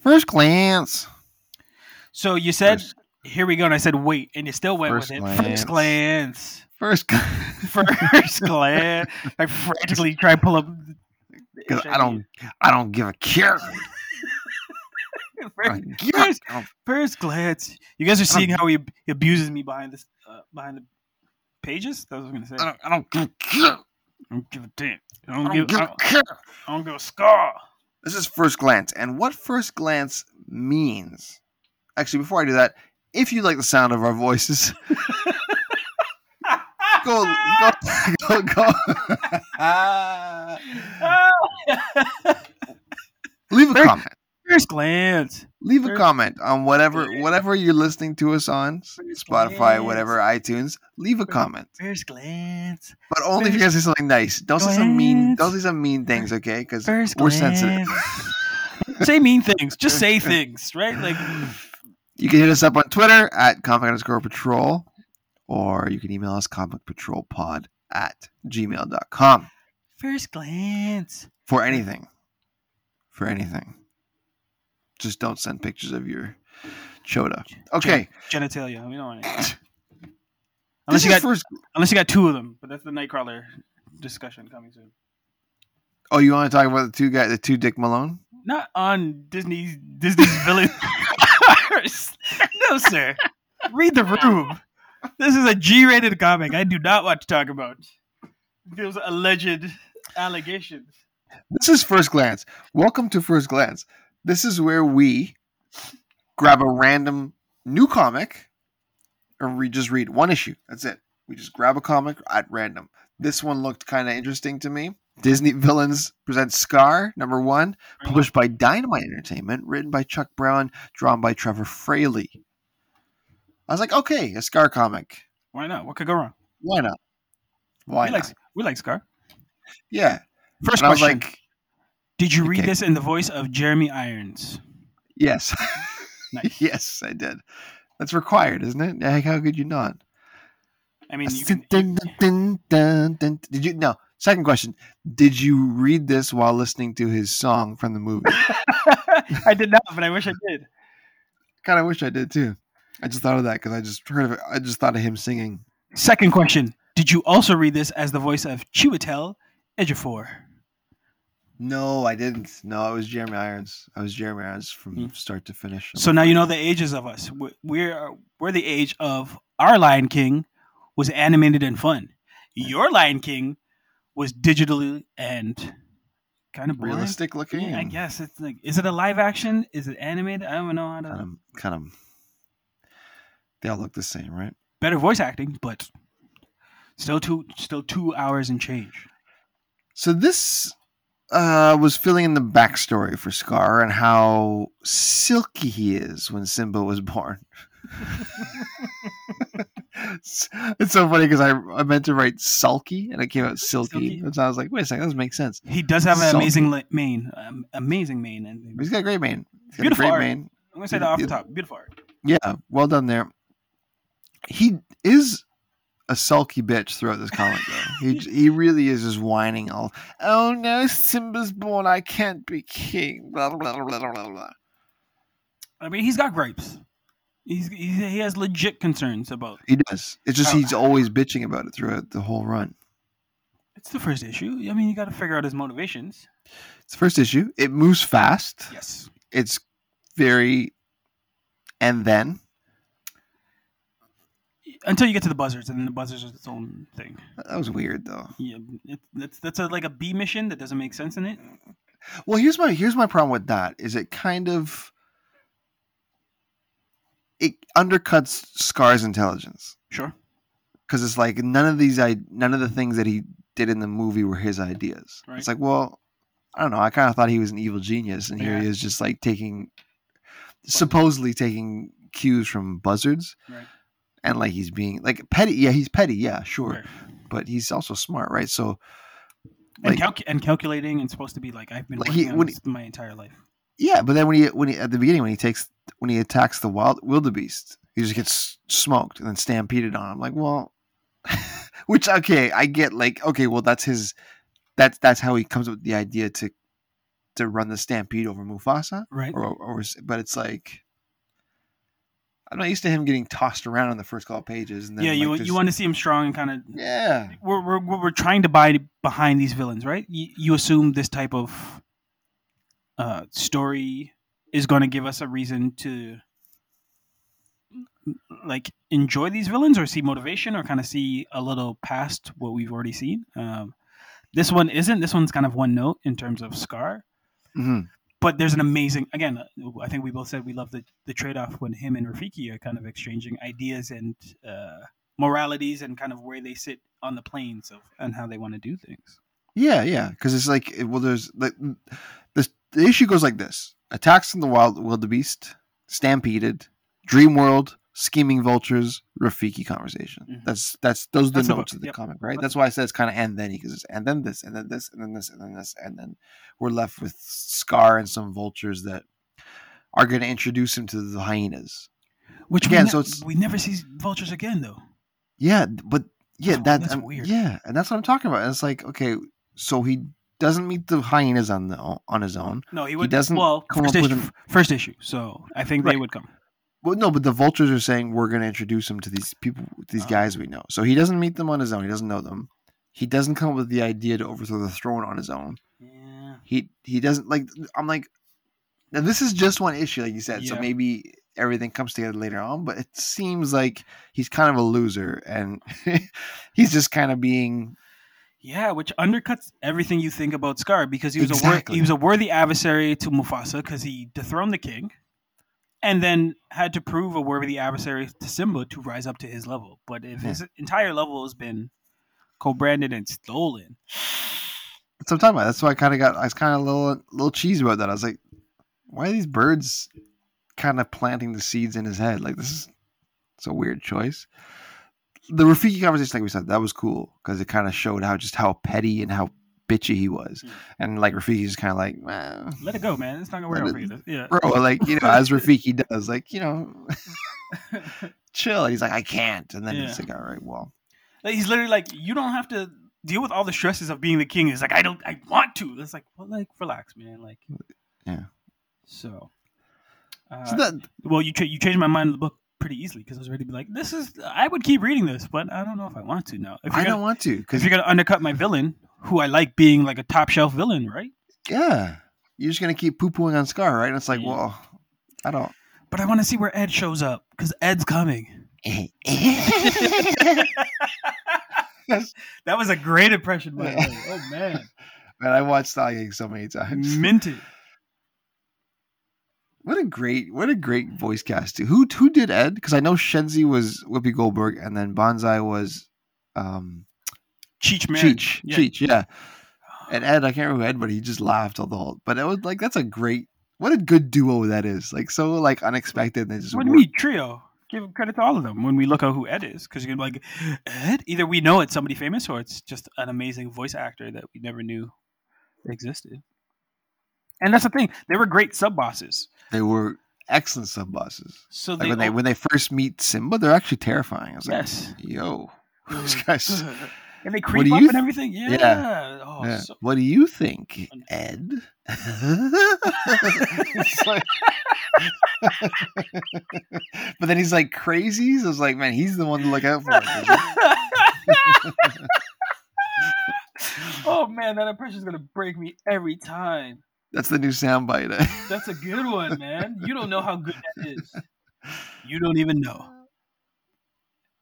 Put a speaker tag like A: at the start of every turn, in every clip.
A: First glance.
B: So you said,
A: First-
B: "Here we go," and I said, "Wait," and you still went
A: First
B: with it.
A: glance.
B: First
A: First
B: glance.
A: glance.
B: First glance. I frantically try to pull up.
A: 'Cause I don't. I don't give a care. I
B: First,
A: don't give a-
B: first,
A: I don't-
B: first glance. You guys are
A: don't-
B: seeing how he, ab- he abuses me behind this, uh, behind the pages. That's what I was gonna
A: I
B: say.
A: don't. I don't give a care.
B: I don't give a damn. I
A: I
B: don't,
A: don't
B: give.
A: give
B: I
A: a
B: don't,
A: care.
B: I don't give a scar.
A: This is first glance, and what first glance means. Actually, before I do that, if you like the sound of our voices, go go go go. leave a
B: First-
A: comment.
B: first glance.
A: Leave a
B: first-
A: comment on whatever
B: Yeah.
A: whatever you're listening to us on Spotify,
B: glance.
A: whatever iTunes. Leave a
B: First-
A: comment,
B: First glance.
A: but only if you're gonna say something nice. Don't say some mean. Don't say some mean things, okay? Because
B: First
A: we're
B: glance.
A: sensitive.
B: say mean things. Just say things, right? Like
A: You can hit us up on Twitter at comic underscore patrol, or you can email us comicpatrolpod at gmail.com
B: first glance.
A: for anything. For anything. Just don't send pictures of your chota. Okay.
B: Genitalia. We don't want it.
A: This
B: Unless you
A: is
B: got
A: first.
B: unless you got two of them, but that's the Nightcrawler discussion coming soon.
A: Oh, you want to talk about the two guy, the two Dick Malone?
B: Not on Disney's Disney's villain. no, sir. Read the room. This is a G-rated comic. I do not want to talk about those alleged allegations.
A: This is First Glance. Welcome to First Glance. This is where we grab a random new comic and we just read one issue. That's it. We just grab a comic at random. This one looked kind of interesting to me. Disney Villains presents Scar, number one, published by Dynamite Entertainment, written by Chuck Brown, drawn by Trevor Fraley. I was like, okay, a Scar comic.
B: Why not? What could go wrong?
A: Why not? Why
B: we
A: not?
B: like we like Scar.
A: yeah.
B: First
A: And I was
B: question:
A: like,
B: Did you read
A: okay.
B: this in the voice of Jeremy Irons?
A: yes.
B: Nice.
A: Yes, I did. That's required, isn't it? Like, how could you not?
B: I mean, you can,
A: Dun, dun, dun, dun. Did you? No. Second question: Did you read this while listening to his song from the movie?
B: I did not, but I wish I did.
A: kind of wish I did too. I just thought of that because I just heard of it. I just thought of him singing.
B: Second question: Did you also read this as the voice of Chiwetel Ejiofor?
A: No, I didn't. No, it was Jeremy Irons. I was Jeremy Irons from
B: Hmm.
A: start to finish.
B: So now you know the ages of us. We- We're we're the age of our Lion King was animated and fun. Your Lion King was digitally and kind of boring.
A: realistic looking.
B: Yeah, I guess it's like, is it a live action? Is it animated? I don't know how to.
A: Kind of, kind of. They all look the same, right?
B: better voice acting, but still two still two hours and change.
A: So this uh, was filling in the backstory for Scar and how silky he is when Simba was born. it's, it's so funny because I, I meant to write sulky and it came out silky.
B: Silky.
A: And so I was like, wait a second, that doesn't make sense.
B: He does have an
A: Salty.
B: amazing li- mane, um, amazing mane, and
A: But he's got a great mane. He's got
B: Beautiful
A: a great
B: art.
A: mane.
B: I'm gonna say that off the top. Beautiful art.
A: Yeah, well done there. He is a sulky bitch throughout this comic, though. he he really is just whining all. Oh no, Simba's born. I can't be king. Blah blah blah blah blah. blah.
B: I mean, he's got gripes. He's, he's he has legit concerns about.
A: He does. It's just
B: Oh.
A: he's always bitching about it throughout the whole run.
B: It's the first issue. I mean, you got to figure out his motivations.
A: It's the first issue. It moves fast.
B: Yes.
A: It's very, and then
B: Until you get to the buzzards, and then the buzzards are its own thing.
A: that was weird though.
B: Yeah, it, that's that's a, like a B mission that doesn't make sense in it.
A: Well, here's my here's my problem with that is it kind of it undercuts Scar's intelligence
B: Sure.
A: because it's like none of these I none of the things that he did in the movie were his ideas.
B: Right.
A: It's like well, I don't know. I kind of thought he was an evil genius, and here he
B: Yeah.
A: is just like taking supposedly taking cues from buzzards.
B: Right.
A: And like he's being like petty, yeah, he's petty, yeah, sure,
B: Right.
A: but he's also smart, right? So
B: And,
A: Like-
B: calc- and calculating and supposed to be like I've been
A: Like,
B: working
A: he-
B: on
A: when
B: this my entire life.
A: Yeah, but then when he when he at the beginning when he takes when he attacks the wild wildebeest, he just gets smoked and then stampeded on. I'm like, well, which okay, I get like okay, well that's his that's that's how he comes up with the idea to to run the stampede over Mufasa,
B: right?
A: or, or but it's like I'm not used to him getting tossed around on the first couple pages. And then,
B: yeah, you
A: like,
B: you
A: just-
B: want to see him strong and kind of.
A: yeah,
B: We're, we're we're we're trying to buy behind these villains, right? You, you assume this type of uh, story is going to give us a reason to like enjoy these villains or see motivation or kind of see a little past what we've already seen. Um, this one isn't. This one's kind of one note in terms of Scar.
A: Mhm.
B: but there's an amazing again uh, i think we both said we love the, the trade-off when him and rafiki are kind of exchanging ideas and uh, moralities and kind of where they sit on the planes of and how they want to do things
A: yeah, yeah. Because it's like it- well, there's like the the issue goes like this: attacks on the wild wildebeest, stampeded, dream world, scheming vultures, Rafiki conversation.
B: Mhm.
A: That's that's those are the
B: That's the
A: notes
B: book,
A: of the
B: yep.
A: comic, right?
B: That's-
A: That's why I said it's kind of and then because it's and then this and then this and then this and then this and then we're left with Scar and some vultures that are going to introduce him to the hyenas.
B: which
A: Again,
B: we, ne-
A: so it's-
B: we never see vultures again though
A: Yeah, th- but yeah,
B: That's-
A: that,
B: that's
A: um,
B: weird.
A: Yeah, and that's what I'm talking about. And it's like, okay, so he doesn't meet the hyenas on the on his own.
B: no he, would,
A: doesn't
B: well
A: come
B: first
A: up with
B: issue, first issue so i think they
A: Right.
B: would come
A: Well, no, but the vultures are saying we're going to introduce him to these people, these
B: Oh.
A: guys we know. So he doesn't meet them on his own. He doesn't know them. He doesn't come up with the idea to overthrow the throne on his own.
B: yeah
A: He he doesn't like. I'm like, now this is just one issue, like you said. So
B: Yeah.
A: maybe everything comes together later on. But it seems like he's kind of a loser, and he's just kind of being
B: yeah which undercuts everything you think about scar because he was a wor-
A: Exactly.
B: he was a worthy adversary to mufasa because he dethroned the king and then had to prove a worthy adversary to Simba to rise up to his level. But if
A: Yeah.
B: his entire level has been co-branded and stolen,
A: That's what I'm talking about. That's why I kind of got. I was kind of a little little cheesy about that. I was like, why are these birds kind of planting the seeds in his head? Like this is it's a weird choice. The Rafiki conversation, like we said, that was cool because it kind of showed how just how petty and how bitchy he was,
B: Mm.
A: and like Rafiki's kind of like, well,
B: let it go, man. It's not gonna work
A: Let
B: out
A: it-
B: for you. This- Yeah,
A: bro, like you know, as Rafiki does, like you know, chill. And he's like, I can't, and then he's like, all right, well,
B: Like, he's literally like, you don't have to deal with all the stresses of being the king. He's like, I don't, I want to. It's like, well, like relax, man. Like,
A: Yeah.
B: So, uh,
A: so that
B: well, you cha- you changed my mind on the book pretty easily because I was ready to be like, this is. I would keep reading this, but I don't know if I want to now. If
A: I
B: you're gonna-
A: don't want to
B: because
A: because
B: you're gonna undercut my villain, who I like being like a top shelf villain, right?
A: yeah, you're just gonna keep poo pooing on Scar, right? And it's like,
B: Yeah.
A: well, I don't.
B: But I want to see where Ed shows up because Ed's coming.
A: and
B: That was a great impression, by the way. Oh man,
A: I watched Style Gang so many times.
B: minted.
A: What a great, what a great voice cast. too. Who who did Ed? Because I know Shenzi was Whoopi Goldberg, and then Bonsai was um,
B: Cheech Marin.
A: Cheech.
B: Yeah.
A: Cheech, yeah. And Ed, I can't remember Ed, but he just laughed all the whole. But it was like that's a great, what a good duo that is. Like so, like unexpected. And they just
B: When
A: work.
B: we trio, give credit to all of them when we look at who Ed is, because you're gonna be like, Ed. Either we know it's somebody famous, or it's just an amazing voice actor that we never knew existed. And that's the thing; they were great sub bosses.
A: they were excellent sub bosses.
B: So
A: Like
B: they,
A: when they
B: all-
A: when they first meet Simba, they're actually terrifying. I was like,
B: yes,
A: yo, these guys.
B: and they
A: do
B: creep
A: you
B: up
A: th-
B: and everything. Yeah. Oh,
A: Yeah.
B: so
A: what do you think,
B: Un-
A: Ed? It's like- but then he's like crazy. So it's like, man, he's the one to look out for.
B: oh man, that impression's gonna break me every time.
A: That's the new soundbite.
B: That's a good one, man. You don't know how good that is. You don't even know.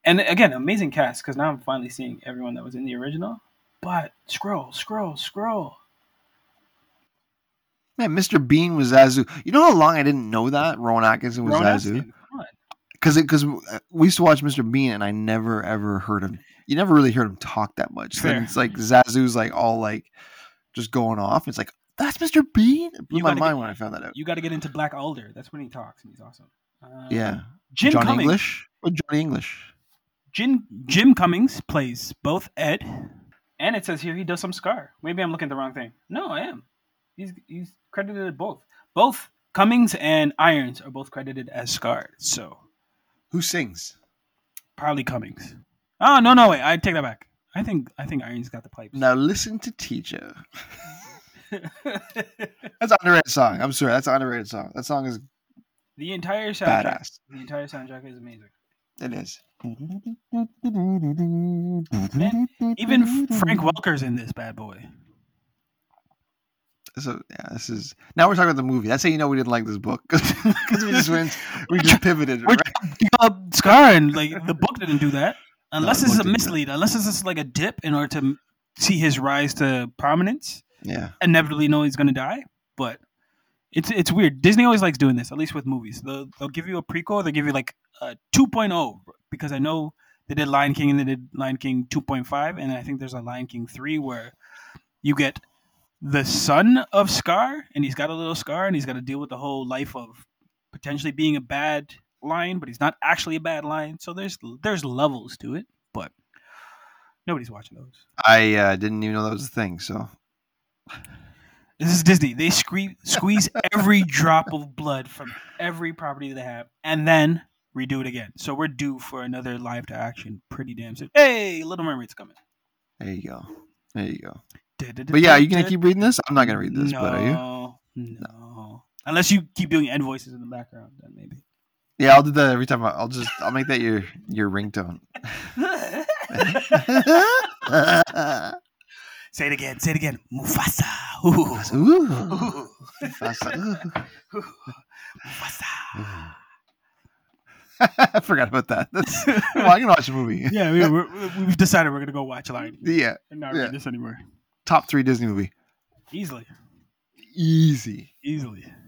B: And again, amazing cast because now I'm finally seeing everyone that was in the original. But scroll, scroll, scroll.
A: man, Mr. Bean was Zazu. You know how long I didn't know that Rowan Atkinson was
B: Ron
A: Zazu?
B: Atkinson, come on.
A: Because because uh, we used to watch Mr. Bean, and I never ever heard him. You never really heard him talk that much. So Then
B: Fair.
A: it's like Zazu's like all like just going off. It's like that's Mr. Bean. It blew
B: You
A: my
B: gotta
A: mind
B: get-
A: when I found that out.
B: You got to get into Black Alder. That's when he talks, and he's awesome. Um,
A: yeah.
B: Jim
A: John
B: Cummings.
A: English? Or Johnny English?
B: Jim, Jim Cummings plays both Ed, and it says here he does some Scar. Maybe I'm looking at the wrong thing. No, I am. He's he's credited at both. Both Cummings and Irons are both credited as Scar. So
A: Who sings?
B: probably Cummings. Oh no no wait I take that back. I think I think Irons got the pipes.
A: Now listen to teacher. That's an underrated song. I'm sorry. That's an underrated song. That song is
B: the entire soundtrack.
A: badass.
B: The entire soundtrack is amazing.
A: It is.
B: Even Frank Welker's in this bad boy.
A: So yeah, this is now we're talking about the movie. That's how you know we didn't like this book because we just went, we just pivoted.
B: Which-
A: Right?
B: Uh, Scar and like the book didn't do that. Unless
A: the
B: it's
A: book
B: a
A: didn't do
B: mislead. Unless it's just like a dip in order to m- see his rise to prominence.
A: Yeah,
B: Inevitably, know he's gonna die. But it's it's weird. Disney always likes doing this. At least with movies, they'll, they'll give you a prequel. They'll give you like a 2.0 because I know they did Lion King and they did Lion King 2.5, and I think there's a Lion King three where you get the son of Scar, and he's got a little scar, and he's got to deal with the whole life of potentially being a bad lion, but he's not actually a bad lion. So there's there's levels to it, but nobody's watching those.
A: I uh, didn't even know that was a thing. So
B: This is Disney. They scree- squeeze every drop of blood from every property they have, and then redo it again. So we're due for another live to action pretty damn soon. Hey, Little Mermaid's coming.
A: there you go. There you go. But yeah, are you gonna keep reading this? I'm not gonna read this,
B: no,
A: but are you?
B: No. Unless you keep doing end voices in the background, then maybe.
A: Yeah, I'll do that every time. I- I'll just I'll make that your your ringtone.
B: say it again. Say it again. Mufasa. Ooh.
A: Ooh.
B: Ooh.
A: That's like, ooh.
B: Mufasa.
A: I forgot about that. That's, well, I can watch a movie.
B: yeah, we, we're, we've decided we're gonna go watch Lion King
A: Yeah,
B: and not
A: Yeah.
B: read this anymore.
A: top three Disney movie.
B: Easily,
A: Easy.
B: easily.